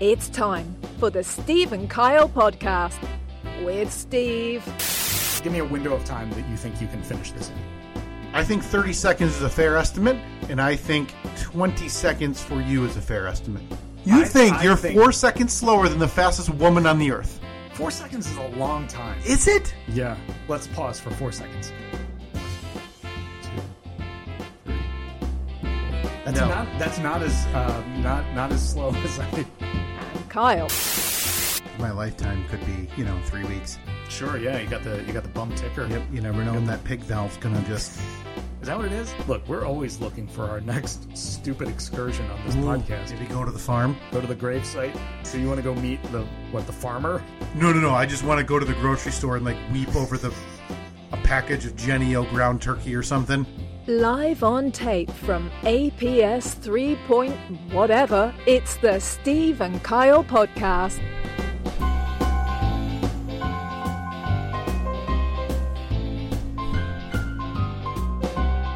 It's time for the Steve and Kyle podcast with Steve. Give me a window of time that you think you can finish this in. I think 30 seconds is a fair estimate, and I think 20 seconds for you is a fair estimate. You I- think I you're think- four seconds slower than the fastest woman on the earth. Four seconds is a long time. Is it? yeah. Let's pause for four seconds. That's No. not. That's not as uh, not not as slow as I. Kyle, My lifetime could be, you know, three weeks. Sure. Yeah. You got the you got the bump ticker. You never know when that pig valve's gonna just. Is that what it is? Look, we're always looking for our next stupid excursion on this podcast. Maybe go to the farm. Go to the grave site. So you want to go meet the what the farmer? No, no, no. I just want to go to the grocery store and like weep over the a package of Genio ground turkey or something. live on tape from APS 3. Point whatever, it's the Steve and Kyle podcast.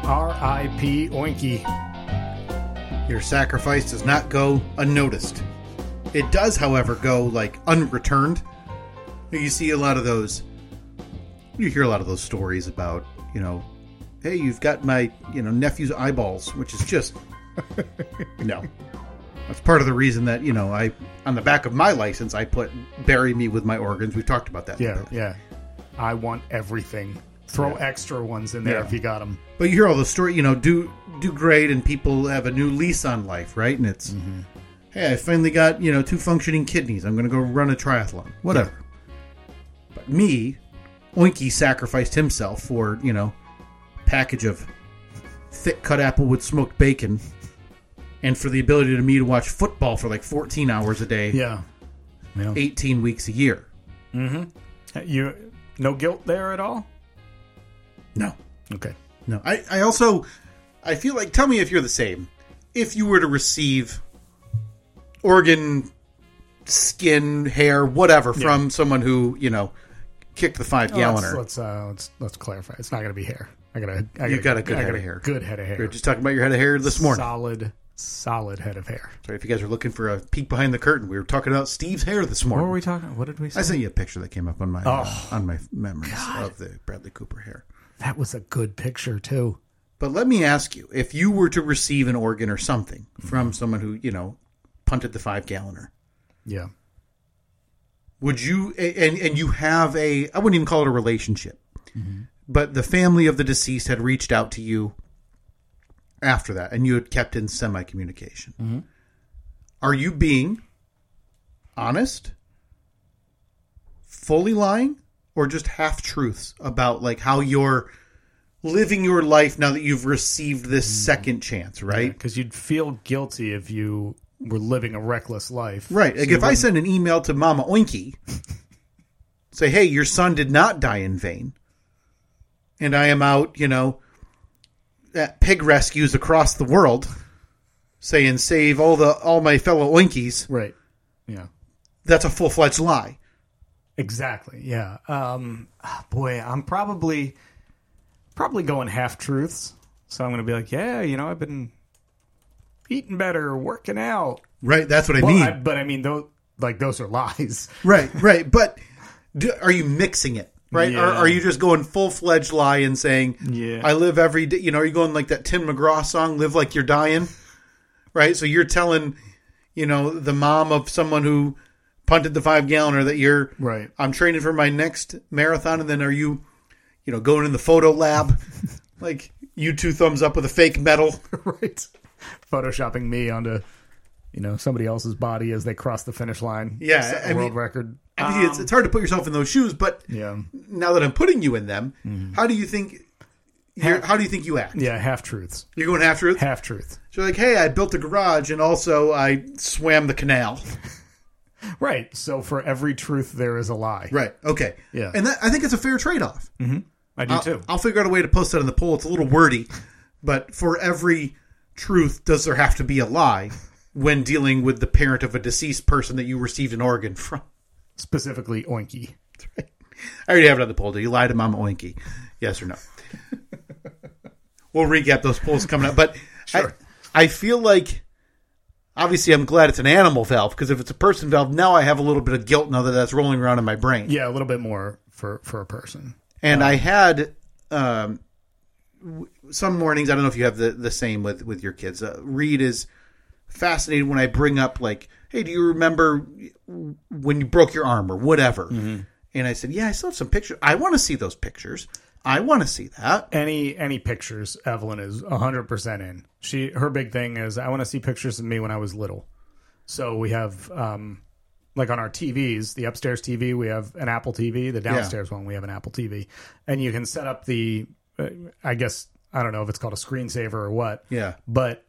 R.I.P. Oinky. Your sacrifice does not go unnoticed. It does, however, go like unreturned. You see a lot of those. You hear a lot of those stories about, you know, hey, you've got my, you know, nephew's eyeballs, which is just no. That's part of the reason that you know I on the back of my license I put bury me with my organs. We've talked about that. Yeah, yeah. I want everything. Throw extra ones in there Yeah. if you got them. But you hear all the story, you know, do do great, and people have a new lease on life, right? And it's, hey, I finally got you know two functioning kidneys. I'm going to go run a triathlon, whatever. But me, Oinky sacrificed himself for you know, package of thick cut applewood smoked bacon, and for the ability to me to watch football for like 14 hours a day, Yeah. 18 weeks a year. You no guilt there at all? No, Okay. No, I, I also I feel like tell me if you're the same. If you were to receive organ, skin, hair, whatever from someone who you know kicked the five Let's, galloner, let's uh let's let's clarify. It's not gonna be hair. I got a I You got a good I head got of hair. Good head of hair. we are just talking about your head of hair this morning. Solid, solid head of hair. Sorry if you guys are looking for a peek behind the curtain. We were talking about Steve's hair this morning. we talking? What did we say? I sent you a picture that came up on my uh, on my memories of the Bradley Cooper hair. That was a good picture too. But let me ask you, if you were to receive an organ or something from someone who you know punted the five galloner, Yeah. would you and and you have a i wouldn't even call it a relationship but the family of the deceased had reached out to you after that and you had kept in semi communication are you being honest fully lying or just half truths about like how you're living your life now that you've received this second chance right Because you'd feel guilty if you were living a reckless life. Right. Like if I send an email to Mama Oinky, say, hey, your son did not die in vain, and I am out, you know, at pig rescues across the world, saying, save all the all my fellow Oinkies, Right. Yeah. that's a full fledged lie. Exactly. Yeah. Um, ah, boy, I'm probably probably going half truths. So I'm going to be like, yeah, you know, I've been eating better, working out. Right. That's what I Well, mean. I, but I mean, those like those are lies. Right. Right. But do, are you mixing it? Right? Or Yeah. are you just going full fledged lie and saying, Yeah. I live every day? You know, are you going like that Tim McGraw song, Live Like You're Dying? Right? So you're telling, you know, the mom of someone who punted the five galloner that you're, Right. I'm training for my next marathon. And then are you, you know, going in the photo lab, like you two thumbs up with a fake medal? right. Photoshopping me onto you know somebody else's body as they cross the finish line. Yeah, Set a I world mean- record. I mean, it's, it's hard to put yourself in those shoes, but Um, Yeah. now that I'm putting you in them, Mm-hmm. how do you think? you're- How do you think you act? Yeah. Half truths. You're going after it. Half truth. So like, hey, I built a garage and also I swam the canal. Right. So for every truth, there is a lie. Right. Okay. Yeah. And that, I think it's a fair trade off. I Uh, do too. I'll figure out a way to post that in the poll. It's a little wordy, but for every truth, does there have to be a lie when dealing with the parent of a deceased person that you received an organ from? Specifically, Oinky. I already have it on the poll. Do you lie to Mama Oinky? Yes or no? we'll recap those polls coming up. But I, I feel like Obviously, I'm glad it's an animal valve because if it's a person valve, now I have a little bit of guilt now that that's rolling around in my brain. Yeah, a little bit more for for a person. And I had um, w- some mornings. I don't know if you have the, the same with with your kids. Uh, Reed is fascinated when I bring up like, "Hey, do you remember when you broke your arm or whatever?" And I said, "Yeah, I still have some pictures. I want to see those pictures. I want to see that." Any any pictures, Evelyn is hundred percent in. She her big thing is I want to see pictures of me when I was little. So we have um like on our TVs, the upstairs TV, we have an Apple TV. The downstairs one, we have an Apple TV, and you can set up the. uh, I guess I don't know if it's called a screensaver or what. Yeah. but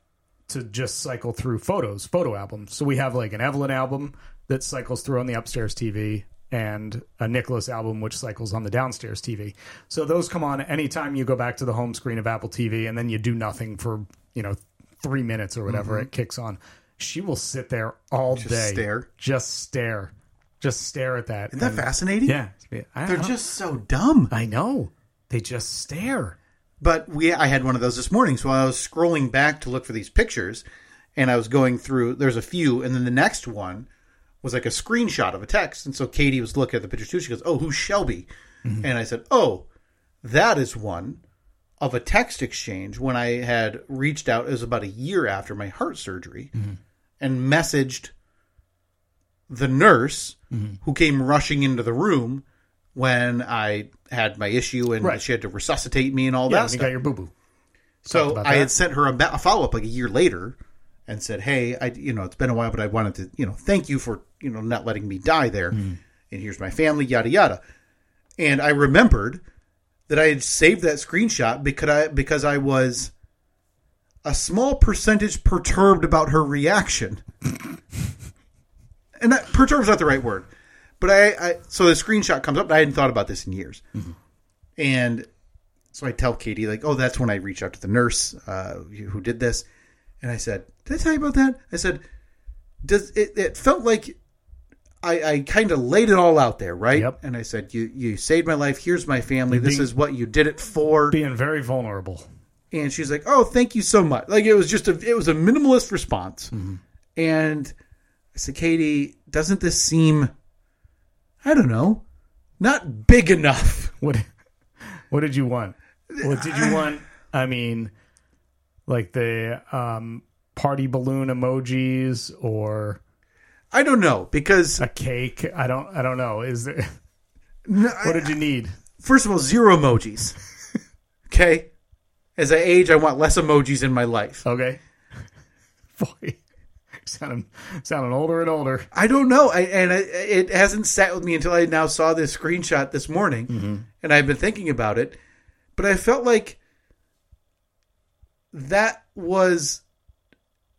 to just cycle through photos, photo albums. So we have like an Evelyn album that cycles through on the upstairs TV and a Nicholas album which cycles on the downstairs TV. So those come on anytime you go back to the home screen of Apple TV and then you do nothing for, you know, 3 minutes or whatever Mm-hmm. it kicks on. She will sit there all day. stare. Just stare. Just stare at that. Isn't that And- fascinating? Mm. Yeah. I, They're I- just so dumb. I know. They just stare. But we, I had one of those this morning. So I was scrolling back to look for these pictures, and I was going through. There's a few, and then the next one was like a screenshot of a text. And so Katie was looking at the pictures too. She goes, "Oh, who's Shelby?" And I said, "Oh, that is one of a text exchange when I had reached out. It was about a year after my heart surgery, and messaged the nurse who came rushing into the room." When I had my issue and Right. she had to resuscitate me and all Yeah, that and you stuff. got your boo boo. So about I that. had sent her a, ba- a follow up like a year later, and said, "Hey, I you know it's been a while, but I wanted to you know thank you for you know not letting me die there, Hmm. and here's my family, yada yada." And I remembered that I had saved that screenshot because I because I was a small percentage perturbed about her reaction, and that, perturbed's not the right word, but I, I so the screenshot comes up, and I hadn't thought about this in years, and so I tell Katie, like, oh, that's when I reached out to the nurse uh, who did this. And I said, did I tell you about that? I said, does it, it felt like I, I kind of laid it all out there, right? Yep. And I said, you, you saved my life. Here's my family. This Being- is what you did it for. Being very vulnerable. And she's like, oh, thank you so much. Like, it was just a, it was a minimalist response. Mm-hmm. And I said, Katie, doesn't this seem, I don't know, not big enough? What what did you want? What did you want? I mean, like the um, party balloon emojis or I don't know because a cake. I don't. I don't know. Is there, no, what did you need? First of all, zero emojis. okay? As I age, I want less emojis in my life. Okay. Boy, you're sounding sounding older and older. I don't know. I, and I, it hasn't sat with me until I now saw this screenshot this morning. And I've been thinking about it. But I felt like that was.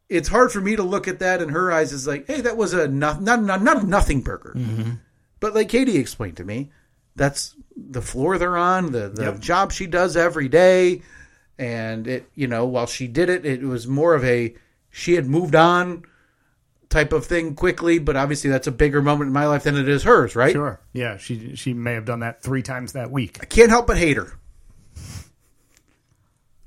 It's hard for me to look at that in her eyes as like, hey, that was a not not not, not a nothing burger. Mm-hmm. But like Katie explained to me, that's the floor they're on, the the Yep. job she does every day, and it you know while she did it, it was more of a she had moved on type of thing quickly. But obviously, that's a bigger moment in my life than it is hers, right? Sure. Yeah. She she may have done that three times that week. I can't help but hate her.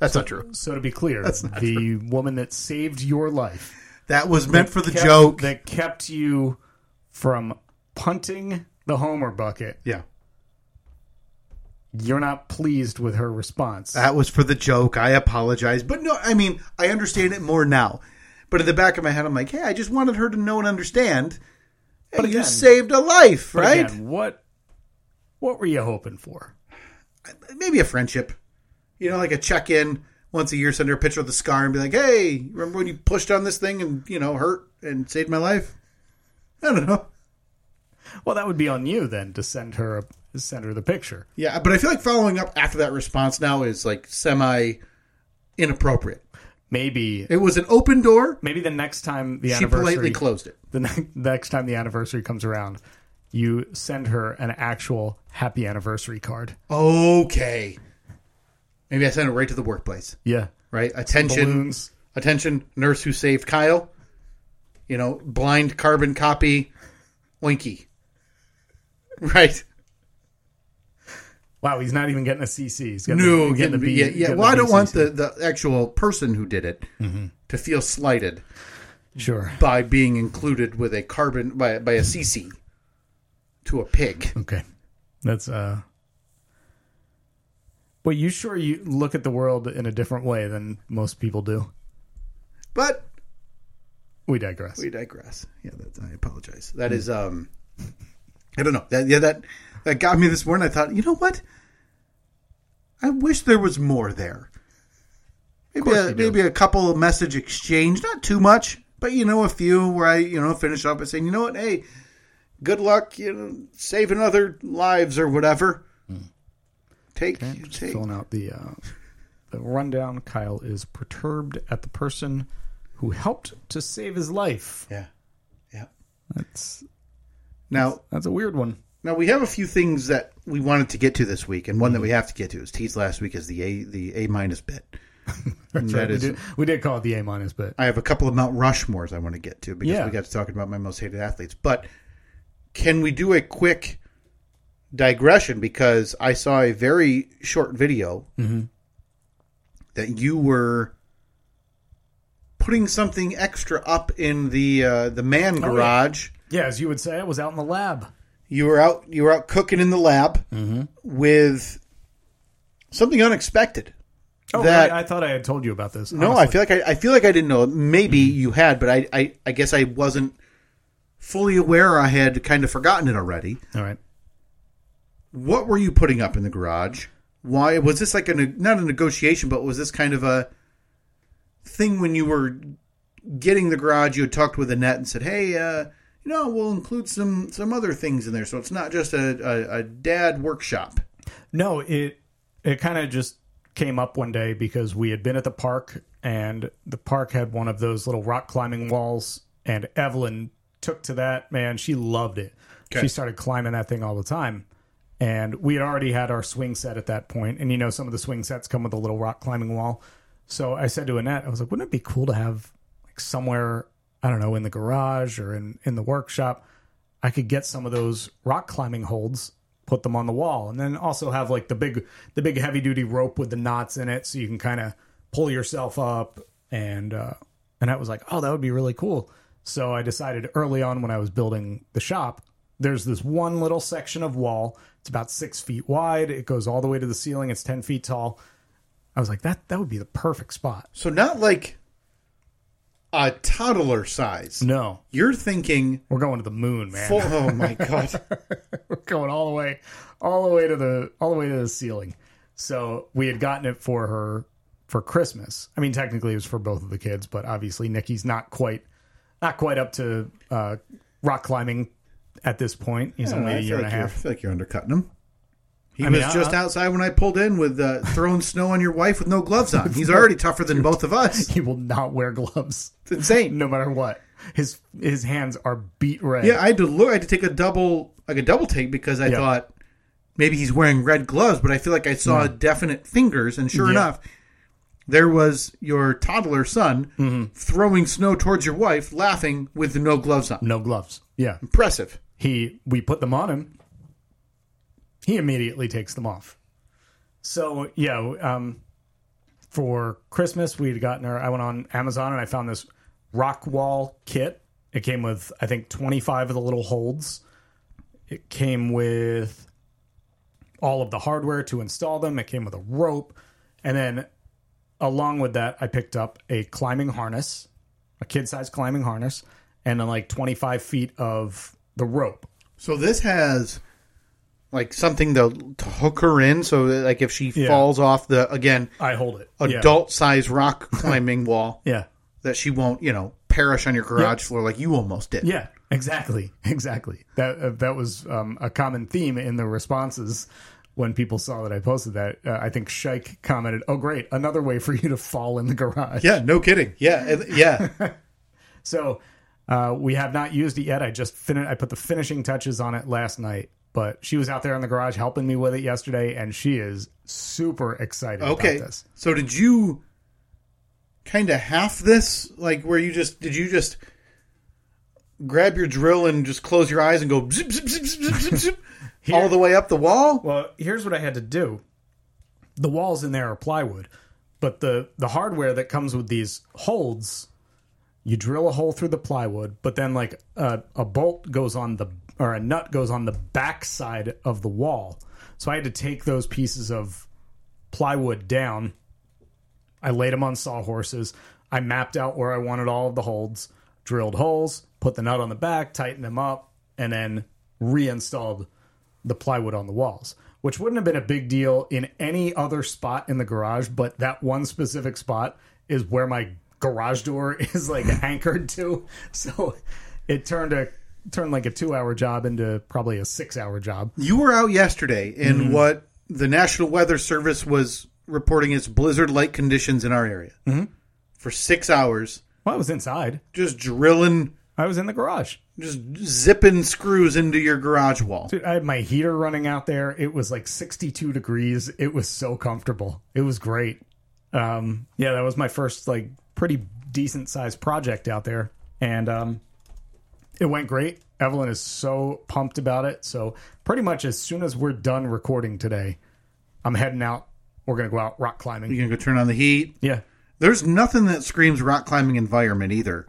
That's not true. So to be clear, the woman that saved your life That was meant for the kept- joke. that kept you from punting the homer bucket. yeah, You're not pleased with her response. that was for the joke. I apologize, but no, I mean I understand it more now. But in the back of my head, I'm like, hey, I just wanted her to know and understand. But you again- saved a life, But right? again, what what were you hoping for? maybe a friendship. You know, like a check in once a year, send her a picture of the scar and be like, hey, remember when you pushed on this thing and, you know, hurt and saved my life? I don't know. Well, that would be on you then to send her a, send her the picture. Yeah, but I feel like following up after that response now is like semi inappropriate. Maybe It was an open door. maybe the next time the She politely anniversary closed it. the ne- next time the anniversary comes around, you send her an actual happy anniversary card. Okay. Maybe I sent it right to the workplace, Yeah, right? Attention, balloons. attention, nurse who saved Kyle. You know, blind carbon copy, Winky. Right. Wow, he's not even getting a CC. He's getting No, the, getting getting the Mm-hmm. B. yeah, yeah. getting Well, I don't want BCC. the, the actual person who did it to feel slighted. Sure. by being included with a carbon by by a CC to a pig. Okay. That's uh But you sure you look at the world in a different way than most people do. But We digress. we digress. Yeah, that's, I apologize. That Hmm. is um, I don't know. That yeah that that got me this morning. I thought, you know what? I wish there was more there. Maybe course you a, do. maybe a couple of message exchange, not too much, but you know a few where I you know finish up by saying, you know what, hey, good luck, you know, saving other lives or whatever. Hmm. Take take filling out the uh, the rundown. Kyle is perturbed at the person who helped to save his life. yeah yeah. That's Now that's a weird one. Now we have a few things that we wanted to get to this week, and one Mm-hmm. that we have to get to is teased last week is the a the a minus bit. And that we, is, did, we did call it the A minus, but I have a couple of Mount Rushmores I want to get to because Yeah. we got to talking about my most hated athletes. But can we do a quick digression because I saw a very short video Mm-hmm. that you were putting something extra up in the uh, the man garage Oh, yeah, as you would say, I was out in the lab. you were out you were out cooking in the lab with something unexpected. Oh, That- I, I thought I had told you about this. No, I feel like I, I feel like I didn't know. Maybe you had, but I, I I guess I wasn't fully aware. I had kind of forgotten it already. All right. What were you putting up in the garage? Why was this like a ne- not a negotiation, but was this kind of a thing when you were getting the garage? You had talked with Annette and said, "Hey, uh, you know, we'll include some some other things in there, so it's not just a, a, a dad workshop." No, it it kind of just came up one day because we had been at the park and the park had one of those little rock climbing walls and Evelyn took to that, man, she loved it. She started climbing that thing all the time. And we had already had our swing set at that point, and you know some of the swing sets come with a little rock climbing wall. So I said to Annette, I was like, wouldn't it be cool to have like somewhere, I don't know, in the garage or in in the workshop I could get some of those rock climbing holds, put them on the wall, and then also have like the big the big heavy duty rope with the knots in it, so you can kind of pull yourself up. And uh, and I was like, oh, that would be really cool. So I decided early on when I was building the shop, there's this one little section of wall. It's about six feet wide. It goes all the way to the ceiling. It's ten feet tall. I was like, that that would be the perfect spot. So not like a toddler size. No, You're thinking we're going to the moon, man. full. Oh my god! we're going all the way all the way to the all the way to the ceiling so we had gotten it for her for christmas i mean technically it was for both of the kids but obviously nikki's not quite not quite up to uh rock climbing at this point he's only a year and a like you're- I half feel like you're undercutting him. He I was mean, I- just outside when I pulled in with uh, throwing snow on your wife with no gloves on. He's already tougher than both of us. he will not wear gloves It's insane. no matter what his his hands are beat red Yeah, I had to look. I had to take a double, like a double take, because I Yeah. thought maybe he's wearing red gloves, but I feel like I saw definite fingers, and sure Yeah. enough, there was your toddler son Mm-hmm. throwing snow towards your wife, laughing with no gloves on. no gloves yeah Impressive. he we put them on him he immediately takes them off so yeah um for christmas we had gotten her i went on amazon and i found this rock wall kit it came with i think 25 of the little holds it came with all of the hardware to install them it came with a rope and then along with that i picked up a climbing harness a kid-sized climbing harness and then like 25 feet of the rope So this has like something to, to hook her in, so that, like if she falls off the again I hold it. Yeah. adult size rock climbing wall, Yeah. that she won't you know perish on your garage floor like you almost did. Yeah. Exactly. Exactly. That uh, that was um, a common theme in the responses when people saw that I posted that. Uh, I think Shike commented, "Oh, great! Another way for you to fall in the garage." Yeah, no kidding. Yeah, and- yeah. So uh, we have not used it yet. I just fin- I put the finishing touches on it last night, but she was out there in the garage helping me with it yesterday, and she is super excited okay. about this. So did you kind of half this like where you just did you just grab your drill and just close your eyes and go zip zip zip zip zip zip, zip all the way up the wall? Well, here's what I had to do. The walls in there are plywood, but the the hardware that comes with these holds You drill a hole through the plywood, but then like a, a bolt goes on the or a nut goes on the backside of the wall. So I had to take those pieces of plywood down. I laid them on sawhorses. I mapped out where I wanted all of the holds, drilled holes, put the nut on the back, tightened them up, and then reinstalled the plywood on the walls, which wouldn't have been a big deal in any other spot in the garage, but that one specific spot is where my garage door is like anchored to. So it turned a turned like a 2-hour job into probably a 6-hour job. You were out yesterday in Mm-hmm. what the National Weather Service was reporting as blizzard like conditions in our area Mm-hmm. for six hours, Well, I was inside. just drilling, I was in the garage. just zipping screws into your garage wall. Dude, I had my heater running out there. It was like 62 degrees. It was so comfortable. It was great. Um, yeah, that was my first like pretty decent sized project out there, and um, it went great. Evelyn is so pumped about it. So pretty much as soon as we're done recording today, I'm heading out. We're gonna go out rock climbing. You're going to go turn on the heat. Yeah, There's nothing that screams rock climbing environment either.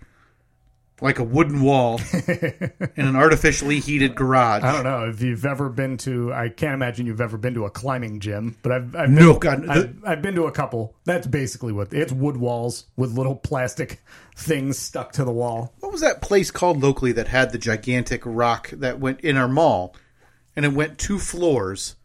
Like a wooden wall in an artificially heated garage. I don't know if you've ever been to. I can't imagine you've ever been to a climbing gym, but I've, I've been, No, God, the- I've, I've been to a couple. That's basically what it's wood walls with little plastic things stuck to the wall. what was that place called locally that had the gigantic rock that went in our mall and it went two floors?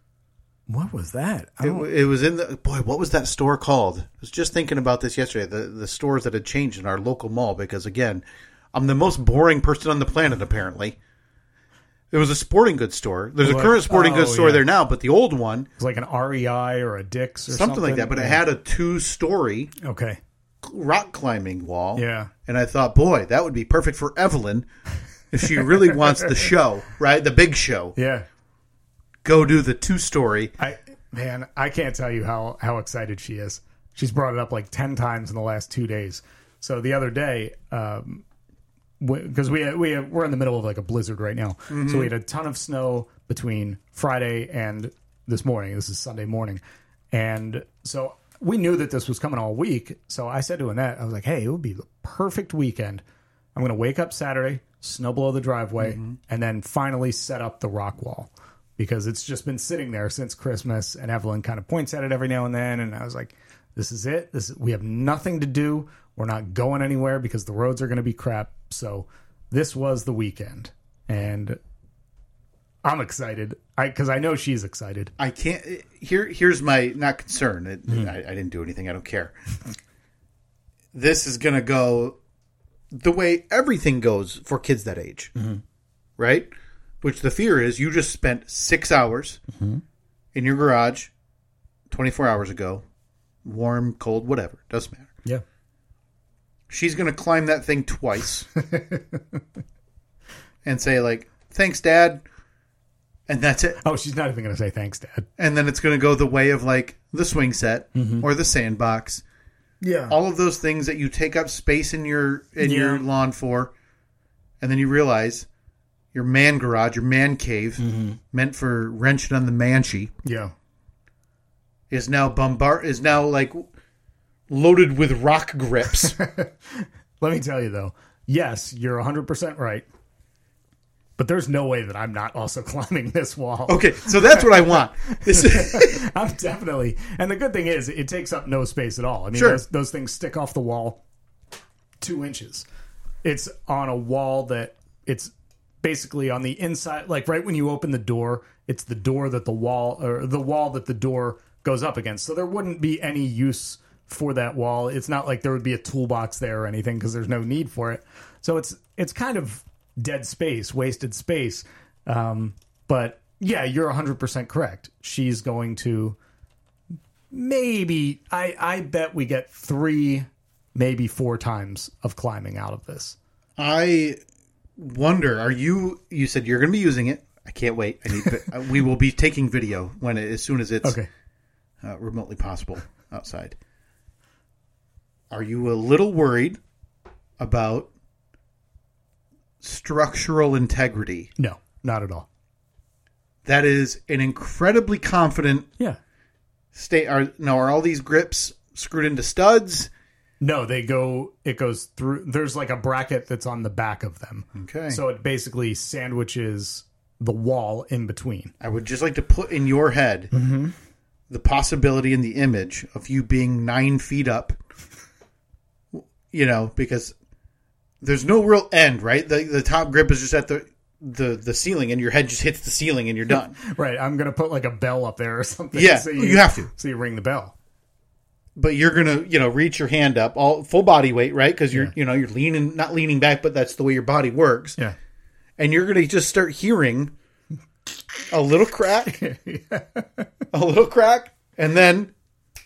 What was that? It, w- it was in the boy. What was that store called? I was just thinking about this yesterday. The the stores that had changed in our local mall because again, I'm the most boring person on the planet. Apparently, it was a sporting goods store. There's a Like- current sporting oh, goods store yeah. there now, but the old one, It's like an REI or a Dick's or something, something, like that. But it had a two story okay. rock climbing wall. Yeah. and I thought, boy, that would be perfect for Evelyn if she really wants the show, right? The big show. Yeah, Go do the two story. I man, I can't tell you how how excited she is. She's brought it up like ten times in the last two days. So the other day, um, because we we we're in the middle of like a blizzard right now, so we had a ton of snow between Friday and this morning. This is Sunday morning, and so we knew that this was coming all week. So I said to Annette, I was like, "Hey, it would be the perfect weekend. I'm going to wake up Saturday, snow below the driveway, and then finally set up the rock wall." because it's just been sitting there since Christmas. And Evelyn kind of points at it every now and then, and I was like, "This is it. This we have nothing to do. We're not going anywhere because the roads are going to be crap." So this was the weekend, and I'm excited. I because I know she's excited. I can't. Here, here's my not concern. It, I, I didn't do anything. I don't care. this is gonna go the way everything goes for kids that age, right? Which the fear is, you just spent six hours in your garage, twenty four hours ago, warm, cold, whatever, doesn't matter. Yeah. She's gonna climb that thing twice, and say like, "Thanks, Dad," and that's it. Oh, she's not even going to say thanks, Dad. and then it's going to go the way of like the swing set Mm-hmm. or the sandbox Yeah. all of those things that you take up space in your in your Yeah. lawn for and then you realize your man garage your man cave Mm-hmm. meant for wrenching on the manchi Yeah. is now bombard is now like loaded with rock grips Let me tell you though. Yes, you're 100% right. But there's no way that I'm not also climbing this wall. okay so that's what i want this is, I'm definitely. And the good thing is, it takes up no space at all. I mean, Sure. those, those things stick off the wall two inches. It's on a wall that it's basically on the inside, like right when you open the door, it's the door that the wall or the wall that the door goes up against. So there wouldn't be any use for that wall. It's not like there would be a toolbox there or anything because there's no need for it. So it's it's kind of dead space, wasted space. Um, but yeah, you're 100% correct. She's going to maybe I I bet we get 3 maybe 4 times of climbing out of this. i wonder are you you said you're going to be using it i can't wait i need vi- we will be taking video when it, as soon as it's Okay. uh, remotely possible outside. Are you a little worried about structural integrity? No, not at all. That is an incredibly confident Yeah. state. Are now are all these grips screwed into studs? No, they go. It goes through. There's like a bracket that's on the back of them. Okay. So it basically sandwiches the wall in between. I would just like to put in your head the possibility in the image of you being nine feet up. You know, because there's no real end, right? The the top grip is just at the the the ceiling, and your head just hits the ceiling, and you're done. Right. I'm gonna put like a bell up there or something. Yeah, you have to. So you ring the bell. but you're gonna you know reach your hand up all full body weight right because you're you know you're leaning not leaning back but that's the way your body works Yeah. and you're gonna just start hearing a little crack a little crack and then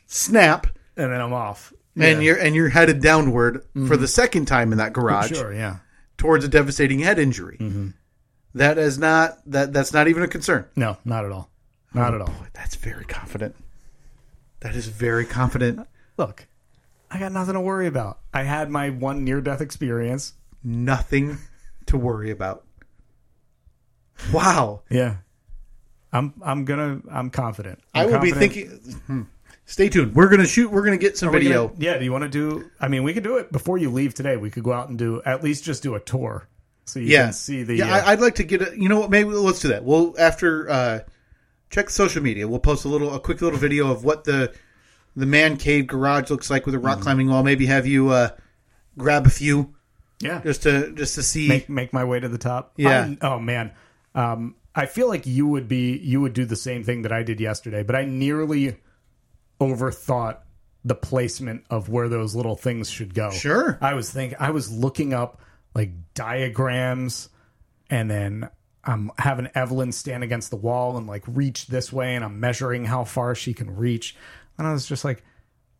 snap And then I'm off. and you're and you're headed downward for the second time in that garage Sure. Yeah. towards a devastating head injury That is not that that's not even a concern No, not at all. Not at all. that's very confident that is very confident Look, I got nothing to worry about. I had my one near death experience. nothing to worry about wow Yeah. I'm I'm gonna I'm confident. I will be thinking. hmm. Stay tuned. We're gonna shoot. We're gonna get some video. Video. yeah, do you want to do? I mean, we could do it before you leave today. We could go out and do at least just do a tour, so you yeah. can see the. yeah, uh, I, I'd like to get a. You know what? Maybe let's do that. We'll after uh, check social media. We'll post a little, a quick little video of what the the man cave garage looks like with a rock Mm-hmm. climbing wall. Maybe have you uh, grab a few yeah. just to just to see. make make my way to the top. Yeah. I- oh man. Um, I feel like you would be you would do the same thing that I did yesterday, but I nearly overthought the placement of where those little things should go. Sure. I was thinking I was looking up like diagrams and then I'm having Evelyn stand against the wall and like reach this way and I'm measuring how far she can reach. And I was just like,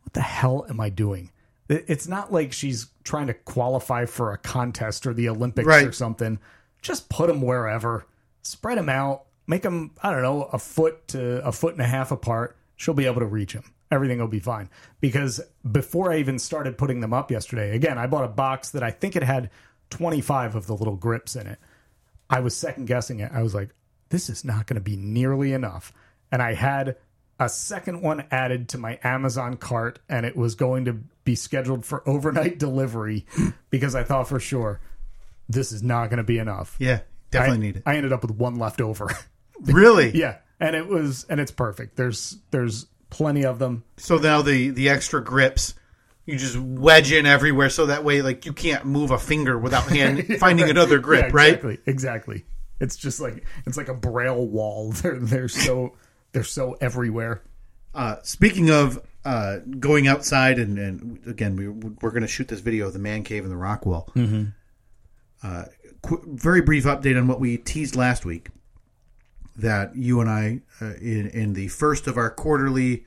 what the hell am I doing? It- It's not like she's trying to qualify for a contest or the Olympics Right. or something. Just put them wherever, spread them out, make them, I don't know, a foot to a foot and a half apart. She'll be able to reach them. Everything will be fine. Because before I even started putting them up yesterday, again, I bought a box that I think it had 25 of the little grips in it. I was second guessing it. I was like, this is not going to be nearly enough. And I had a second one added to my Amazon cart and it was going to be scheduled for overnight delivery because I thought for sure this is not going to be enough. yeah, definitely I, need it. I ended up with one left over. really? yeah. And it was and it's perfect. There's there's plenty of them. So now the the extra grips. You just wedge in everywhere, so that way, like you can't move a finger without hand finding another grip, Yeah, right? Exactly. Exactly. It's just like it's like a braille wall. They're they're so they're so everywhere. Uh, speaking of uh, going outside, and, and again, we, we're going to shoot this video of the man cave and the rock wall. Uh, qu- very brief update on what we teased last week that you and I, uh, in, in the first of our quarterly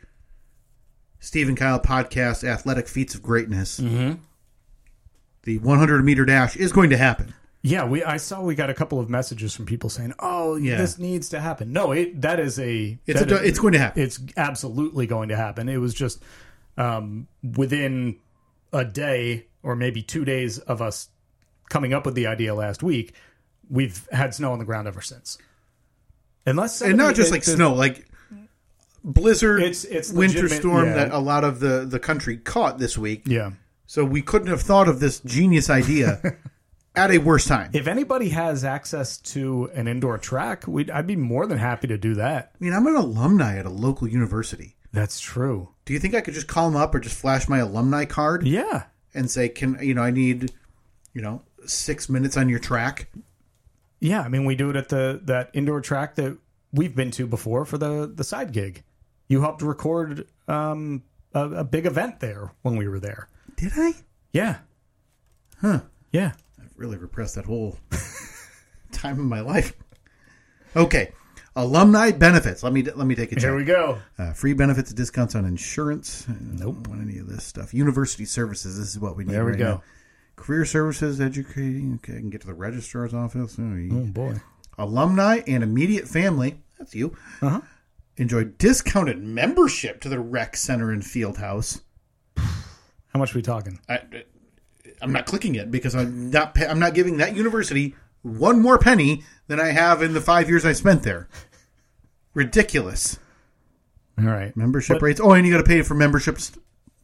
Steve and Kyle podcast, Athletic Feats of Greatness, the 100 meter dash is going to happen. Yeah, we I saw we got a couple of messages from people saying, "Oh, Yeah. this needs to happen." No, it that is a It's, that a, is- it's going to happen. it's absolutely going to happen. It was just um, within a day or maybe two days of us coming up with the idea last week, we've had snow on the ground ever since. Unless and not somebody- just it- like the- snow, like blizzard, It's- it's winter legitimate- storm yeah. that a lot of the the country caught this week. Yeah. So we couldn't have thought of this genius idea at a worse time. If anybody has access to an indoor track, we'd, I'd be more than happy to do that. I mean, I'm an alumni at a local university. That's true. Do you think I could just call them up or just flash my alumni card Yeah. and say, "Can you know I need, you know, six minutes on your track?" Yeah, I mean, we do it at the that indoor track that we've been to before for the the side gig. You helped record um, a, a big event there when we were there. Did I? Yeah. Huh. Yeah. really repressed that whole time of my life. Okay, alumni benefits. Let me let me take a Here check. we go. Uh, free benefits, discounts on insurance. Nope. Want any of this stuff? University services. This is what we need. There we right go. now. Career services, educating. Okay, I can get to the registrar's office. Oh, you- Oh boy. Alumni and immediate family. That's you. Uh-huh. Enjoy discounted membership to the rec center and field house. How much we talking? I, I'm not clicking it because I'm not. pa- I'm not giving that university one more penny than I have in the five years I spent there. Ridiculous. All right. Membership rates. Oh, and you got to pay for memberships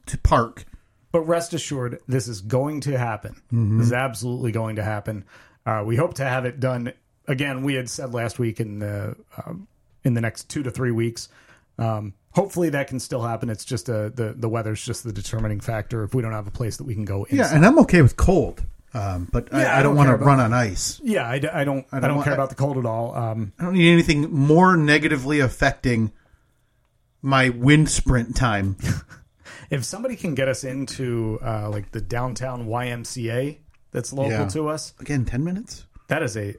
to park. But rest assured, this is going to happen. Mm-hmm. This is absolutely going to happen. Uh, we hope to have it done again. We had said last week in the um, in the next two to three weeks. Um, hopefully, that can still happen. It's just a, the the weather's just the determining factor. If we don't have a place that we can go, Yeah, inside. and I'm okay with cold, um, but I, Yeah, I, I don't don't want to care about run on ice. yeah, I, d- I don't I don't, want- care about the cold at all. Um, I don't need anything more negatively affecting my wind sprint time. if somebody can get us into uh, like the downtown YMCA that's local Yeah. to us, Again, ten minutes. that is a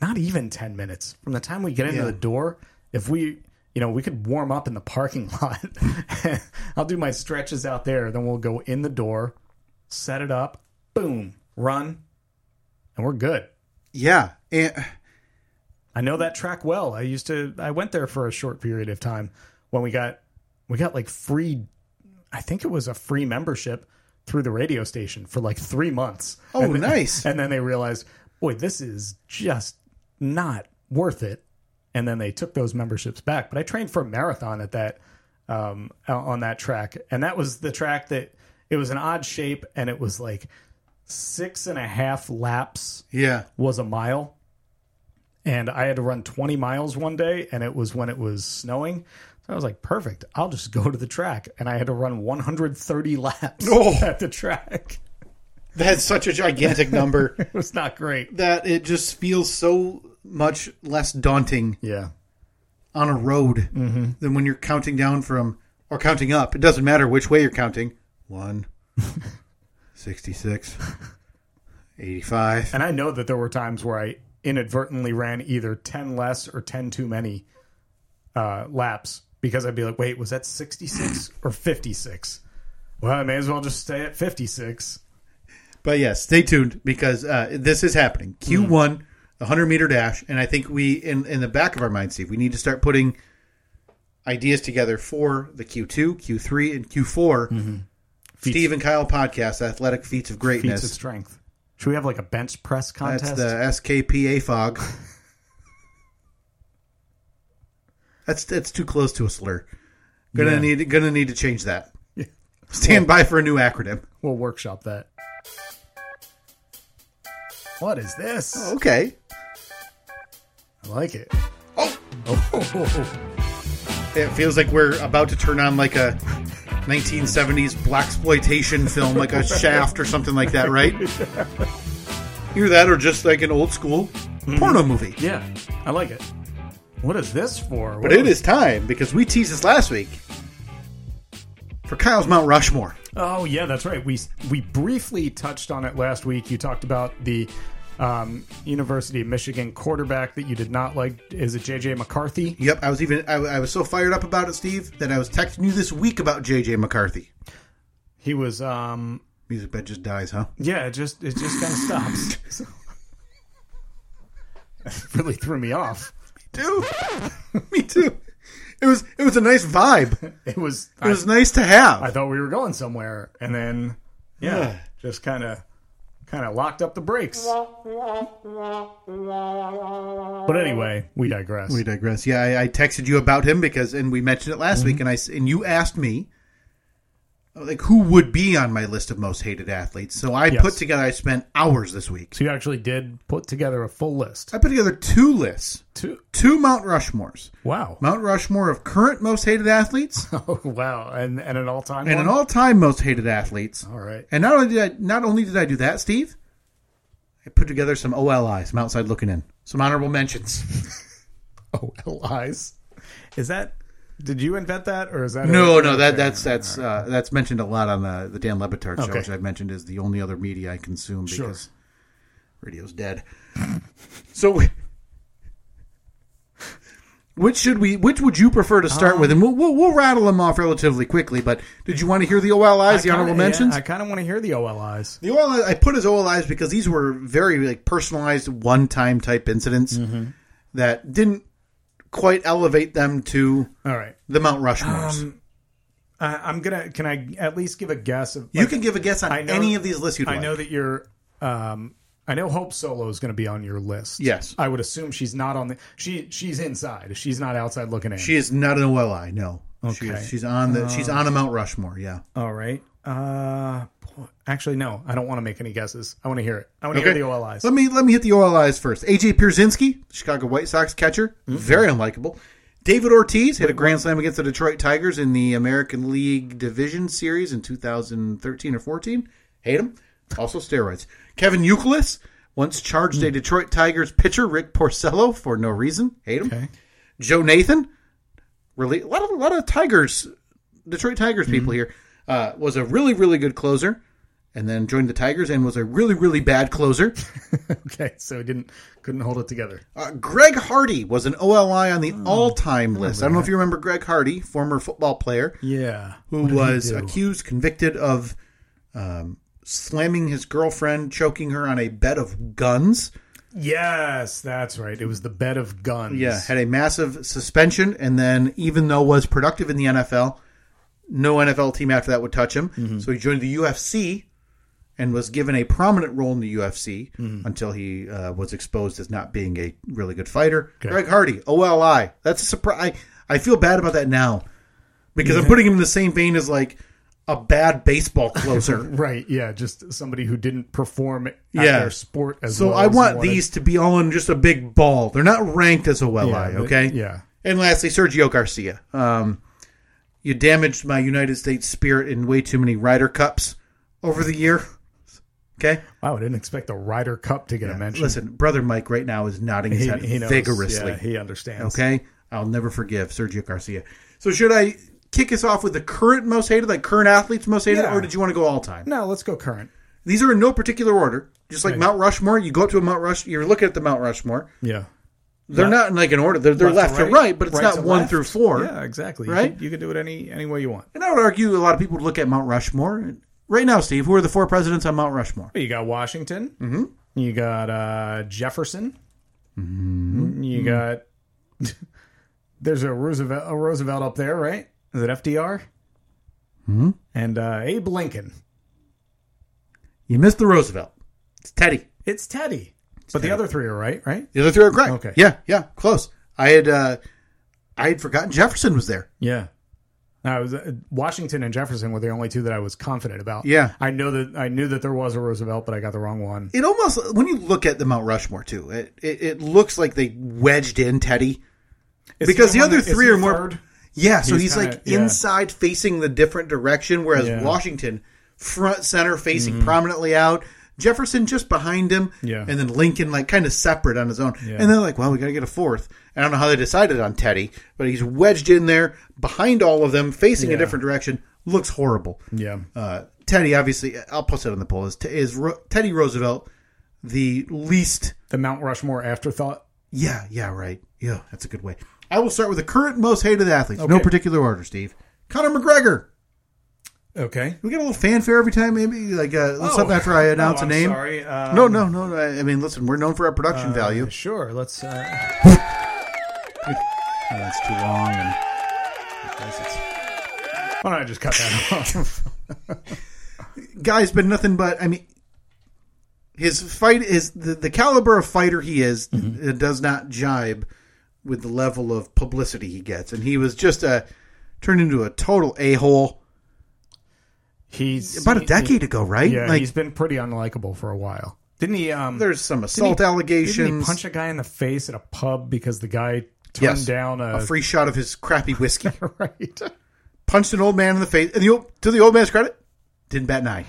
not even 10 minutes from the time we get into Yeah. the door if we you know we could warm up in the parking lot i'll do my stretches out there then we'll go in the door set it up boom run and we're good Yeah, and, i know that track well i used to i went there for a short period of time when we got we got like free i think it was a free membership through the radio station for like three months oh, And- nice. and then they realized, boy, this is just not worth it. And then they took those memberships back. But I trained for a marathon at that um, o- on that track, and that was the track that it was an odd shape, and it was like six and a half laps Yeah, was a mile. And I had to run 20 miles one day, and it was when it was snowing. So I was like, perfect. I'll just go to the track. And I had to run 130 laps Oh. at the track. that's such a gigantic number It was not great. that it just feels so much less daunting Yeah. on a road than when you're counting down from or counting up. It doesn't matter which way you're counting. One, 66, 85. And I know that there were times where I inadvertently ran either 10 less or 10 too many uh, laps because I'd be like, wait, was that 66 or 56? Well, I may as well just stay at 56. But yeah, stay tuned because uh, this is happening. Mm-hmm. Q1, the 100 meter dash. And I think we, in, in the back of our mind, Steve, we need to start putting ideas together for the Q2, Q3, and Q4. Mm-hmm. Steve and Kyle podcast, Athletic Feats of Feats Greatness. of strength. Should we have like a bench press That's contest? the SKPA fog. that's that's too close to a slur. Gonna need gonna need to change that. Stand by for a new acronym. We'll workshop that. What is this? Okay. I like it. Oh. Oh, It feels like we're about to turn on like a 1970s black exploitation film, like a Shaft or something like that, right? Either that or just like an old school porno movie. Yeah, I like it. What is this for? But it is time because we teased this last week for Kyle's Mount Rushmore. Oh yeah, that's right. We we briefly touched on it last week. You talked about the um, University of Michigan quarterback that you did not like. Is it JJ McCarthy? Yep, I was even I, I was so fired up about it, Steve, that I was texting you this week about JJ McCarthy. He was. Um, Music bed just dies, huh? yeah, it just it just kind of stops. So- It really threw me off. Dude, me too. It was it was a nice vibe. It It was. I, was nice to have. I thought we were going somewhere, and then yeah, just kind of kind of locked up the brakes. But anyway, we digress. we digress. Yeah, I, I texted you about him because, and we mentioned it last week, Mm-hmm. and I s- and you asked me like who would be on my list of most hated athletes. So I put together. I spent hours this week. so you actually did put together a full list. I put together two lists, Two. two Mount Rushmores. Wow. Mount Rushmore of current most hated athletes Oh wow, and and an all time and an all-time most hated athletes. All right. And not only did I not only did I do that, Steve, I put together some OLI, some outside looking in, some honorable mentions. Oh, lies. Is that? Did you invent that, or is that? No, no, that that's that's uh, that's mentioned a lot on the the Dan Lebitard show, Okay. which I've mentioned is the only other media I consume because Sure. radio's dead. so. Which should we? Which would you prefer to start Um, with? And we'll, we'll we'll rattle them off relatively quickly. But did you want to hear the OLIs, the honorable mentions? I kind of want to hear the OLIs. The oil I put as OLIs because these were very like personalized one time type incidents Mm-hmm. that didn't quite elevate them to All right, the Mount Rushmores. Um, I, I'm gonna. Can I at least give a guess? Of, you can give a guess on know- any of these lists you'd I like. know that you're. Um, I know Hope Solo is going to be on your list. Yes. I would assume she's not on the. She she's inside. She's not outside looking in. She is not an OLI. No, She is- Okay. Oh, she's on the she's on a Mount Rushmore. Yeah, All right. Uh, boy, actually, no. I don't want to make any guesses. I want to hear it. I want to hear the OLIs. Let me let me hit the OLIs first. AJ Pierzynski, Chicago White Sox catcher, very unlikable. David Ortiz hit a grand slam against the Detroit Tigers in the American League Division Series in 2013 or 14. Hate him. Also steroids. Kevin Euclid once charged a Detroit Tigers pitcher Rick Porcello for no reason. Hate him. Okay. Joe Nathan, really a lot of a lot of Tigers, Detroit Tigers people here, uh, was a really really good closer, and then joined the Tigers and was a really really bad closer. Okay, so we didn't couldn't hold it together. Uh, Greg Hardy was an OLI on the all-time list. I don't know if you remember Greg Hardy, former football player Yeah. who was accused, convicted of um, slamming his girlfriend, choking her on a bed of guns. Yes, that's right. It was the bed of guns. Yeah, had a massive suspension, and then even though was productive in the NFL, no NFL team after that would touch him. Mm-hmm. So he joined the UFC and was given a prominent role in the UFC Mm-hmm. until he uh, was exposed as not being a really good fighter. Greg Hardy, OLI. That's a surprise. I, I feel bad about that now because I'm putting him in the same vein as like a bad baseball closer. Right. Yeah. Just somebody who didn't perform at Yeah. their sport as So well. I as they want wanted. these to be all in just a big ball. They're not ranked as a well Yeah, eye, but- okay? yeah. And lastly, Sergio Garcia. Um, you damaged my United States spirit in way too many Ryder Cups over the year. Okay? Wow, I didn't expect the Ryder Cup to get a mention. Listen, brother Mike right now is nodding his he, head he knows. vigorously. Yeah, he understands. okay? I'll never forgive Sergio Garcia. So should I kick us off with the current most hated, like current athletes most hated, Yeah. or did you want to go all time? No, let's go current. These are in no particular order. Just like Mount Rushmore, you go up to a Mount Rush, you're looking at the Mount Rushmore. Yeah. They're not in like an order. They're, they're left, to, right, but it's not to one left. through four. Yeah, exactly. You Right? could- You could do it any any way you want. And I would argue a lot of people would look at Mount Rushmore. Right now, Steve, who are the four presidents on Mount Rushmore? You got Washington. Mm-hmm. You got uh, Jefferson. Mm-hmm. You got there's a Roosevelt, a Roosevelt up there, right? Is it FDR? Mm-hmm. Hmm? And uh, Abe Lincoln. You missed the Roosevelt. It's Teddy. It's Teddy. but the other three are right, right? The other three are correct. Okay. Yeah, yeah, close. I had uh, I had forgotten Jefferson was there. Yeah. I was uh, Washington and Jefferson were the only two that I was confident about. Yeah. I know that I knew that there was a Roosevelt, but I got the wrong one. It almost when you look at the Mount Rushmore too, it it, it looks like they wedged in Teddy. Is Because he the one other that- is three he are more- third? Yeah, so He's he's, kinda- like yeah. inside facing the different direction, whereas Yeah. Mm-hmm. Washington front center facing prominently out. Jefferson just behind him, Yeah. and then Lincoln like kind of separate on his own. And they're like, "Well, we got to get a fourth. I don't know how they decided on Teddy, but he's wedged in there behind all of them, facing a Yeah. different direction. Looks horrible. Yeah. Uh, Teddy, obviously, I'll post it on the poll. Is, is Ro- Teddy Roosevelt the least? The Mount Rushmore afterthought. Yeah, yeah, right. Yeah, that's a good way. I will start with the current most hated athletes. No Okay. particular order, Steve. Conor McGregor. Okay. We get a little fanfare every time, maybe like uh, something after I announce Oh, a I'm name. sorry. Um, uh, No, no, no. no. I I mean, listen, we're known for our production value. Sure. Let's. Uh, That's too long. And why don't I just cut that off? guy's been nothing but. I mean, his fight is the, the caliber of fighter he is. Mm-hmm. It does not jibe with the level of publicity he gets, and he was just uh, turned into a total a hole he's about a decade ago, right? Yeah, like he's been pretty unlikable for a while. Didn't he? Um, there's some assault didn't he- Didn't he allegations. punch a guy in the face at a pub because the guy turned Yes. down a, a free shot of his crappy whiskey. right? punched an old man in the face, and the old, to the old man's credit, didn't bat an eye.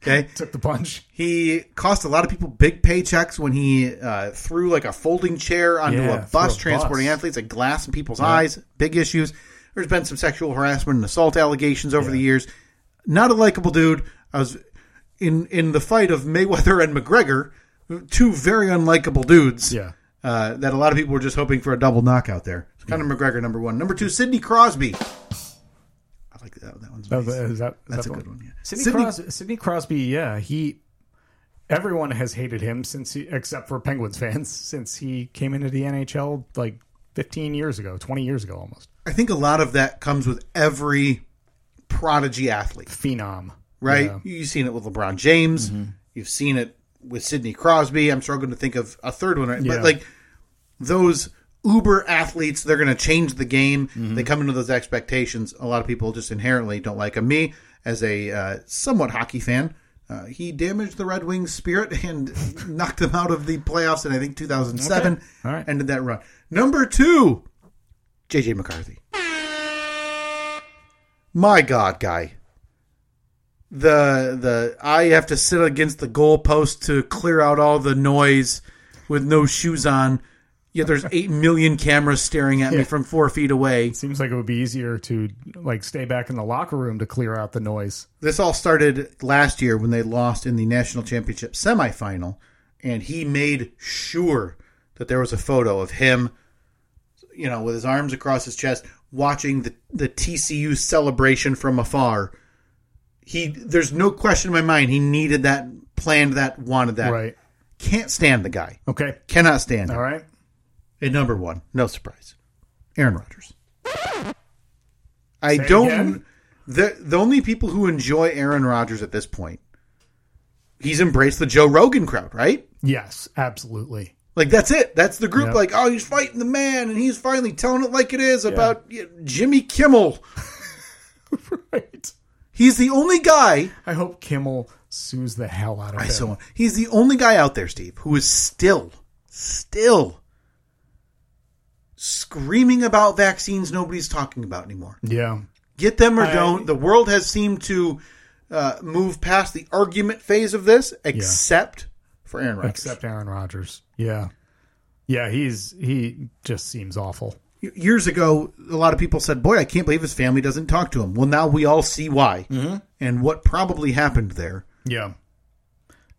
Okay, Took the punch. he cost a lot of people big paychecks when he uh, threw like a folding chair onto Yeah, a bus through a transporting bus. athletes, like glass in people's eyes. Big issues. There's been some sexual harassment and assault allegations over the years. Not a likable dude. I was in in the fight of Mayweather and McGregor, two very unlikable dudes. Yeah. Uh, that a lot of people were just hoping for a double knockout there. So Conor McGregor, number one. Number two, Sidney Crosby. I like that, that one's That was- nice. is that- is that That's a the good one, yeah. Sidney, Sidney- Cros- Sidney Crosby. Yeah, he. Everyone has hated him since he, except for Penguins fans, since he came into the NHL like 15 years ago, 20 years ago almost. I think a lot of that comes with every prodigy athlete, Phenom. right? You've seen it with LeBron James. Mm-hmm. You've seen it with Sidney Crosby. I'm struggling to think of a third one, right? Yeah. But like those uber athletes. They're going to change the game. Mm-hmm. They come into those expectations. A lot of people just inherently don't like them. Me, as a uh, somewhat hockey fan, uh, he damaged the Red Wings' spirit and knocked them out of the playoffs in I think 2007. All right. Ended that run. Number two, JJ McCarthy. My God, guy. The the I have to sit against the goalpost to clear out all the noise with no shoes on. Yet there's eight million cameras staring at me from four feet away. Seems like it would be easier to like stay back in the locker room to clear out the noise. This all started last year when they lost in the national championship semifinal, and he made sure that there was a photo of him, you know, with his arms across his chest, watching the, the TCU celebration from afar. He, there's no question in my mind, he needed that, planned that, wanted that. Right. Can't stand the guy. Okay. Cannot stand All him. right. At number one, no surprise, Aaron Rodgers. I Say it don't. again? The the only people who enjoy Aaron Rodgers at this point, he's embraced the Joe Rogan crowd, right? Yes, absolutely. Like that's it. That's the group. Yep. Like, oh, he's fighting the man, and he's finally telling it like it is about yeah, Jimmy Kimmel. Right. He's the only guy. I hope Kimmel sues the hell out of him. So he's the only guy out there, Steve, who is still, still screaming about vaccines nobody's talking about anymore. Yeah. get them or I- don't. The world has seemed to uh, move past the argument phase of this, except for Aaron Rodgers. Except Aaron Rodgers. Yeah. Yeah, he's he just seems awful. Y- Years ago, a lot of people said, "Boy, I can't believe his family doesn't talk to him." Well, now we all see why Mm-hmm. and what probably happened there. Yeah.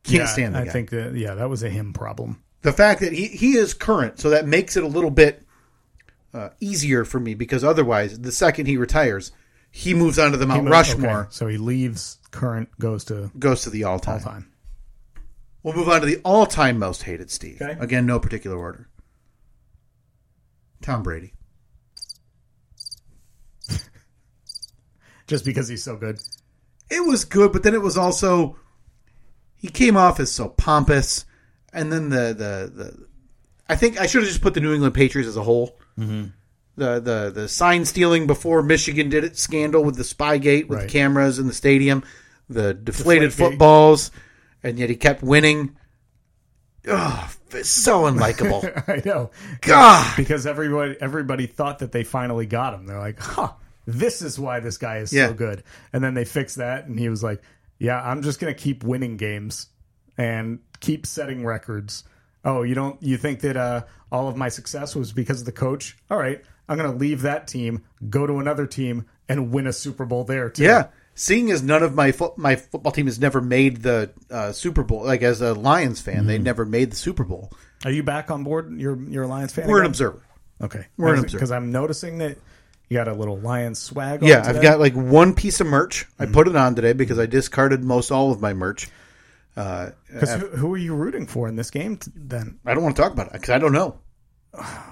Can't yeah, stand the I guy. think that yeah, that was a him problem. the fact that he he is current, so that makes it a little bit uh, easier for me because otherwise, the second he retires, he moves on to the Mount Rushmore, Okay, So he leaves current goes to goes to the all-time. time. We'll move on to the all-time most hated Steve. Okay. Again, no particular order. Tom Brady. Just because he's so good. It was good, but then it was also he came off as so pompous, and then the the, the I think I should have just put the New England Patriots as a whole. Mm-hmm. The the the sign stealing before Michigan did it scandal with the Spygate with Right. the cameras in the stadium, the deflated Deflategate. footballs, and yet he kept winning. Ugh, so unlikable. I know. God. Because everybody everybody thought that they finally got him. They're like, huh, this is why this guy is Yeah. so good. And then they fixed that and he was like, Yeah, I'm just gonna keep winning games and keep setting records. Oh, you don't you think that uh all of my success was because of the coach? All right, I'm gonna leave that team, go to another team, and win a Super Bowl there too. Yeah, seeing as none of my fo- my football team has never made the uh, Super Bowl. Like as a Lions fan, Mm-hmm. they never made the Super Bowl. Are you back on board? You're you're a Lions fan? We're an again? observer. Okay. We're an Because I'm noticing that you got a little Lions swag on Yeah, I've today. Mm-hmm. got like one piece of merch. I put it on today because I discarded most all of my merch. Because who, who are you rooting for in this game t- then? I don't want to talk about it because I don't know.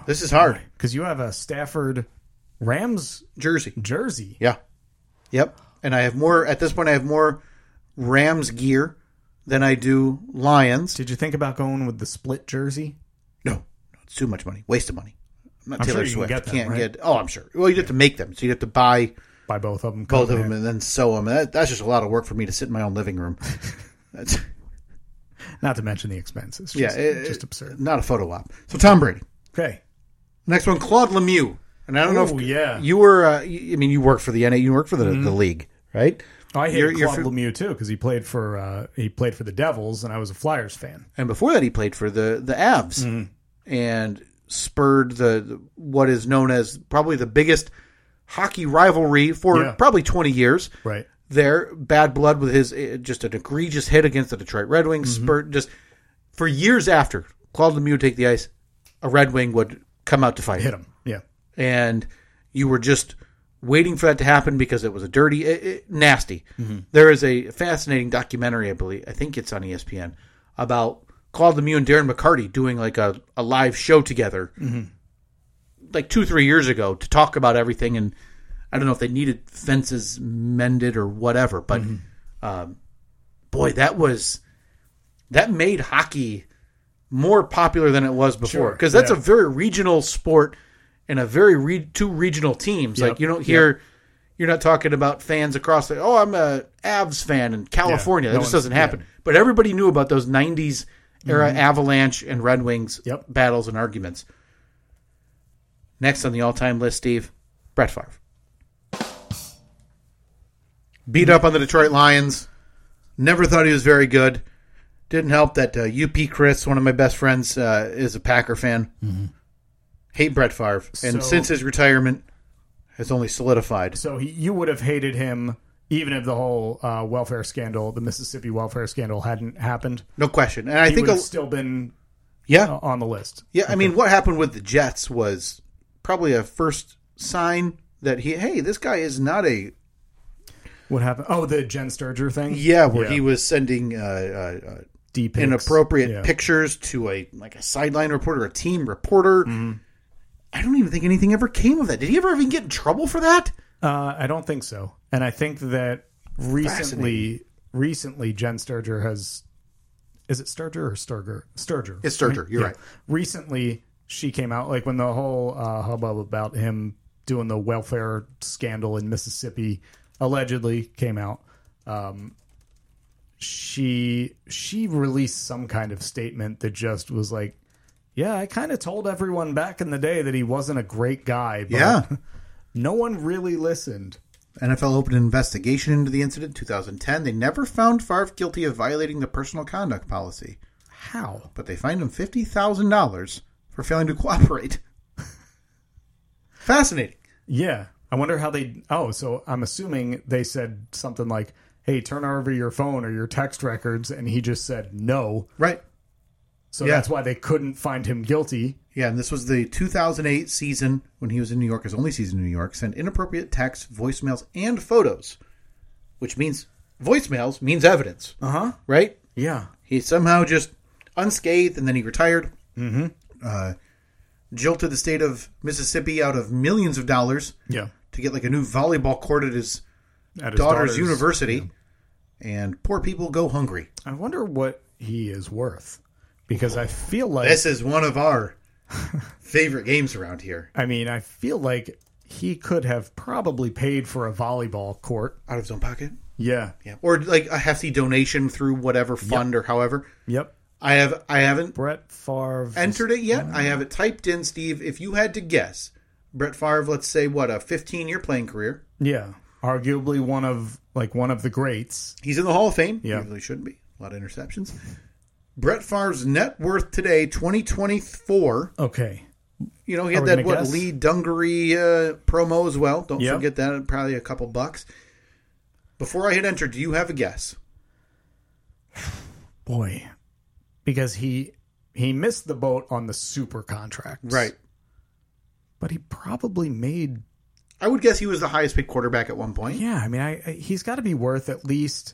This is hard. Because you have a Stafford Rams Jersey. jersey. Yeah. Yep. And I have more at this point. I have more Rams gear than I do Lions. Did you think about going with the split jersey? No, it's too much money. Waste of money. I'm not I'm sure Taylor you can Swift. get them, Can't right? get. Oh, I'm sure. Well, you'd have to make them, so you'd have to buy. Buy both of them. both of them and then sew them. That, that's just a lot of work for me to sit in my own living room. That's Not to mention the expenses. yeah, Just, it- just it- absurd. Not a photo op. So Tom Brady. Okay. Next one, Claude Lemieux. And I don't know Ooh, if yeah. Mm-hmm. you were. Uh, y- I mean, you work for the NA. You work for the, the league, right? Oh, I hate You're- Claude you're fr- Lemieux too because he played for uh, he played for the Devils and I was a Flyers fan. And before that, he played for the the Avs Mm-hmm. and spurred the, the what is known as probably the biggest hockey rivalry for Yeah. probably twenty years. Right. there. Bad blood with his eh, just an egregious hit against the Detroit Red Wings. Spurt just for years after Claude Lemieux would take the ice, a Red Wing would come out to fight Hit him. Yeah. and you were just waiting for that to happen because it was a dirty, it, it, nasty. There is a fascinating documentary, I believe, I think it's on E ESPN, about Claude Lemieux and Darren McCarty doing like a, a live show together, like two three years ago, to talk about everything. And I don't know if they needed fences mended or whatever, but Mm-hmm. um, boy, that was that made hockey more popular than it was before Sure, because that's yeah. a very regional sport and a very re- two regional teams. Yep, Like you don't hear, you're not talking about fans across. The, oh, I'm a Avs fan in California. Yeah, that no just one's- doesn't happen. But everybody knew about those '90s era Avalanche and Red Wings Mm-hmm. Yep. battles and arguments. Next on the all-time list, Steve, Brett Favre. Beat up on the Detroit Lions. Never thought he was very good. Didn't help that uh, UP Chris, one of my best friends, uh, is a Packer fan. Hate Brett Favre, and Mm-hmm. So- since his retirement, has only solidified. So he, you would have hated him even if the whole uh, welfare scandal, the Mississippi welfare scandal, hadn't happened. No question. And I He think, would have a- still been yeah, uh, on the list. yeah. I mean, what happened with the Jets was probably a first sign that he, hey, this guy is not a What happened? Oh, the Jen Sturger thing. yeah, where Yeah. he was sending uh, uh, uh, Deep inappropriate Yeah. pictures to a like a sideline reporter, a team reporter. I don't even think anything ever came of that. Did he ever even get in trouble for that? Uh, I don't think so. And I think that recently, recently Jen Sturger has. Is it Sturger or Sturger? Sturger. It's Sturger. You're Yeah. right. Recently, she came out like when the whole uh, hubbub about him doing the welfare scandal in Mississippi allegedly came out. Um, she she released some kind of statement that just was like, yeah, I kind of told everyone back in the day that he wasn't a great guy. But no one really listened. NFL opened an investigation into the incident in 2010. They never found Favre guilty of violating the personal conduct policy, How? but they fined him $50,000 for failing to cooperate. Fascinating. Yeah. I wonder how they. Oh, so I'm assuming they said something like, hey, turn over your phone or your text records. And he just said no. Right. So Yeah. that's why they couldn't find him guilty. Yeah, and this was the 2008 season when he was in New York, his only season in New York, sent inappropriate texts, voicemails, and photos, which means voicemails means evidence, Uh huh. right? Yeah. He somehow just unscathed, and then he retired. Mm-hmm. Uh, jilted the state of Mississippi out of millions of dollars Yeah. to get like a new volleyball court at his At his daughter's, university, and poor people go hungry. I wonder what he is worth because I feel like. This is one of our favorite games around here. I mean, I feel like he could have probably paid for a volleyball court. Out of his own pocket. Yeah. Yeah, or like a hefty donation through whatever fund or however. Yep. I have I haven't Brett Favre. entered it yet. I have it typed in, Steve. If you had to guess, Brett Favre, let's say what a 15 year playing career. yeah. Arguably one of like one of the greats. He's in the Hall of Fame. Yeah. he really shouldn't be. A lot of interceptions. Brett Favre's net worth today, 2024. Okay. You know, he Are had we that gonna what guess? Lee Dungaree uh, promo as well. Don't Yep. forget that. Probably a couple bucks. Before I hit enter, do you have a guess? boy because he he missed the boat on the super contract but he probably made I would guess he was the highest paid quarterback at one point. yeah i mean i, I he's got to be worth at least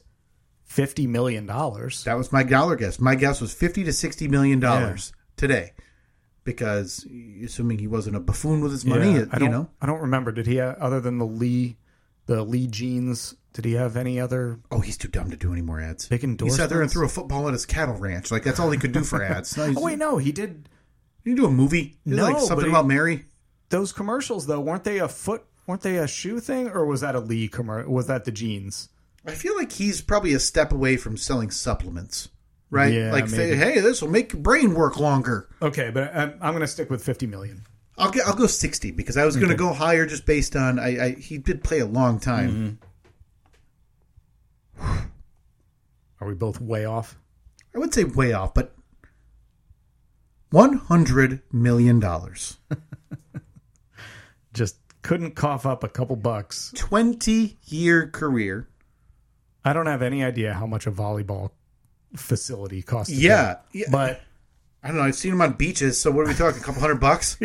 50 million dollars That was my dollar guess. My guess was fifty to sixty million dollars today, because assuming he wasn't a buffoon with his money, I you don't know. i don't remember did he have, other than the lee the lee jeans did he have any other Oh, he's too dumb to do any more ads. big He endorsements sat there and threw a football at his cattle ranch. Like that's all he could do for ads. No, he's, oh wait no he did you do a movie. You No, like something but he- about Mary. those commercials though weren't they a foot weren't they a shoe thing or was that a lee commercial was that the jeans I feel like he's probably a step away from selling supplements, right? Yeah, like, say, maybe. hey, this will make your brain work longer. okay but i'm, I'm gonna stick with 50 million I'll get, I'll go sixty because I was going to go higher just based on I, I he did play a long time. Mm-hmm. are we both way off I would say way off, but one hundred million dollars, just couldn't cough up a couple bucks. twenty-year career. I don't have any idea how much a volleyball facility costs. to Yeah, yeah. build, but I don't know. I've seen him on beaches. So what are we talking? A couple hundred bucks?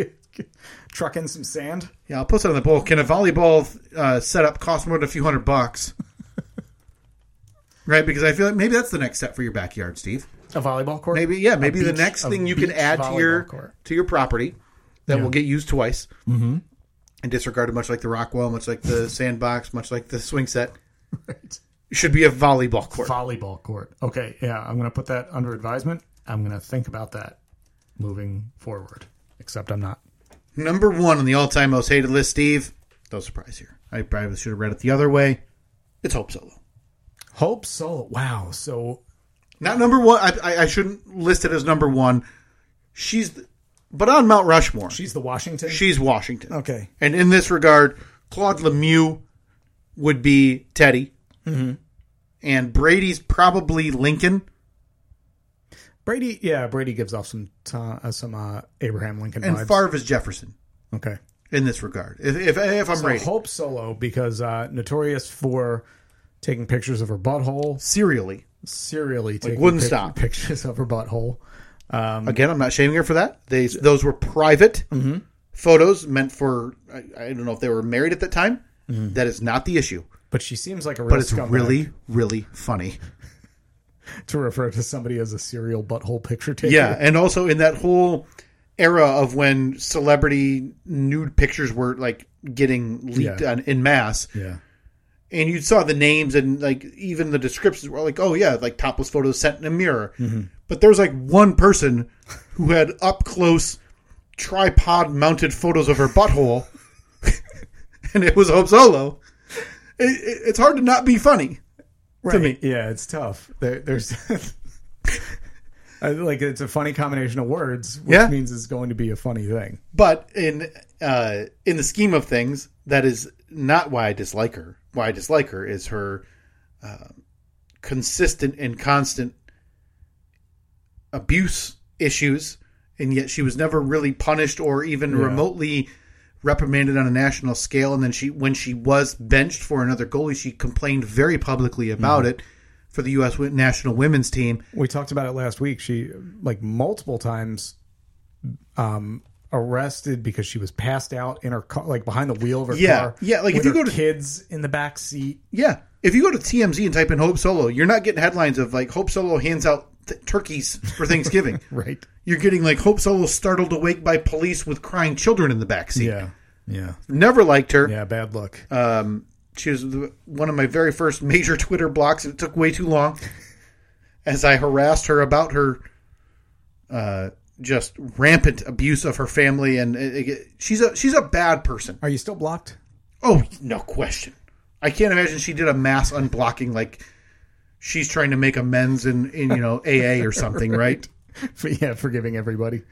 trucking some sand. Yeah, I'll post it on the poll. Can a volleyball uh, setup cost more than a few hundred bucks? right, because I feel like maybe that's the next step for your backyard, Steve. A volleyball court. Maybe yeah, maybe the beach- next a thing you can beach add to your volleyball court. to your property that will get used twice mm-hmm. and disregarded, much like the Rockwell, much like the sandbox, much like the swing set, should be a volleyball court. volleyball court. Okay, yeah, I'm gonna put that under advisement. I'm going to think about that moving forward. Except I'm not. Number one on the all time most hated list, Steve. No surprise here. I probably should have read it the other way. It's Hope Solo. Hope Solo. Wow. So Not number one. I, I, I shouldn't list it as number one. She's, the, but on Mount Rushmore, she's the Washington. she's Washington. okay. And in this regard, Claude Lemieux would be Teddy. Mm-hmm. And Brady's probably Lincoln. Brady. Yeah. Brady gives off some ta- uh, some uh, Abraham Lincoln And vibes. Favre is Jefferson okay. in this regard. If, if, if I'm So right. Hope Solo because uh, notorious for taking pictures of her butthole, Serially. serially taking wouldn't pic- stop. pictures of her butthole. Again, I'm not shaming her for that. They, those were private Mm-hmm. photos meant for, I, I don't know if they were married at that time. That is not the issue. But she seems like a real But it's Mm-hmm. scumbag really, really funny. to refer to somebody as a serial butthole picture taker. Yeah, and also in that whole era of when celebrity nude pictures were like getting leaked Yeah. on, in mass, Yeah. and you saw the names and like even the descriptions were like, oh yeah, like topless photos set in a mirror. Mm-hmm. But there's like one person who had up close tripod mounted photos of her butthole, and it was Hope Solo. It, it, it's hard to not be funny. Right. me. Yeah, it's tough. There, there's I- like it's a funny combination of words, which Yeah. means it's going to be a funny thing. But in uh, in the scheme of things, that is not why I dislike her. Why I dislike her is her uh, consistent and constant abuse issues, and yet she was never really punished or even remotely reprimanded on a national scale. And then she, when she was benched for another goalie, she complained very publicly about it for the U.S. wo- national women's team. We talked about it last week. She like multiple times um arrested because she was passed out in her car like behind the wheel of her Yeah. car. Yeah, like, if with you her go to- kids in the back seat. Yeah. If you go to TMZ and type in Hope Solo, you're not getting headlines of like Hope Solo hands out th- turkeys for Thanksgiving. Right. You're getting like Hope Solo startled awake by police with crying children in the backseat. Yeah. Yeah. Never liked her. Yeah, bad luck. Um, she was the, one of my very first major Twitter blocks. It took way too long as I harassed her about her uh, just rampant abuse of her family. And it, it, she's a she's a bad person. Are you still blocked? Oh, no question. I can't imagine she did a mass unblocking like she's trying to make amends in, in you know, AA or something, right. For, yeah, forgiving everybody.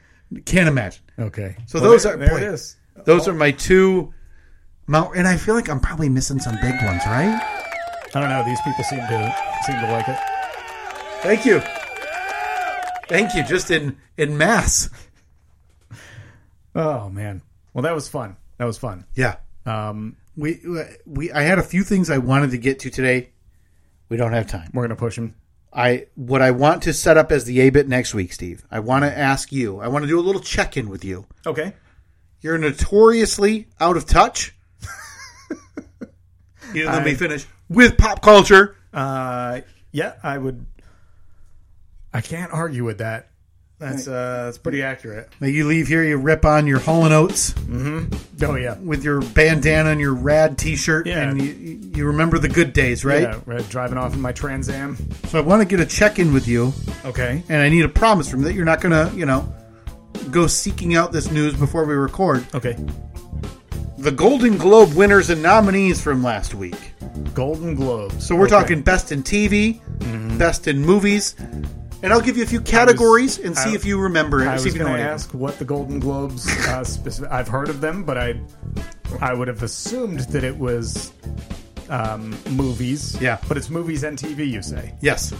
Can't imagine. Okay. So those there, are- there boy. it is. Those are my two Mount and I feel like I'm probably missing some big ones, right? I don't know. These people seem to seem to like it. Thank you. Thank you, just in in mass. Oh man. Well, that was fun. That was fun. Yeah. Um, We we I had a few things I wanted to get to today. We don't have time. we're gonna push him. I what I want to set up as the A bit next week, Steve. I want to ask you. I want to do a little check-in with you. Okay. You're notoriously out of touch. you know, let me finish with pop culture. Uh, yeah, I would. I can't argue with that. That's uh, that's pretty accurate. Now you leave here, you rip on your Hall and Oates Oh yeah. with your bandana and your rad T-shirt, Yeah. and you, you remember the good days, right? Yeah, we're driving off in my Trans Am. So I want to get a check-in with you, Okay. and I need a promise from that you're not gonna, you know, go seeking out this news before we record. Okay. The Golden Globe winners and nominees from last week. Golden Globes. So we're Okay. Mm-hmm. talking best in TV, best in movies, and I'll give you a few categories and see I- if you remember it. I see was if you know going to it. ask what the Golden Globes. Uh, specific, I've heard of them, but I, I would have assumed that it was um, movies. Yeah. but it's movies and TV. You say? Yes,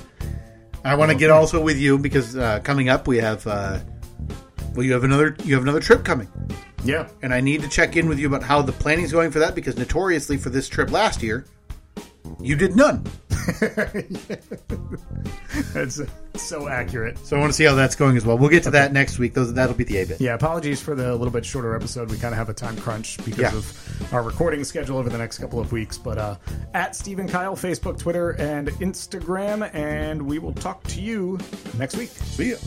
I want to get also with you because uh, coming up we have. Uh, well, you have another you have another trip coming, Yeah. and I need to check in with you about how the planning's going for that because notoriously for this trip last year, you did none. That's so accurate. So I want to see how that's going as well. We'll get to that next week. Those that'll be the A bit. Yeah, apologies for the little bit shorter episode. We kind of have a time crunch because Yeah. of our recording schedule over the next couple of weeks. But uh, at Stephen Kyle, Facebook, Twitter, and Instagram, and we will talk to you next week. See ya.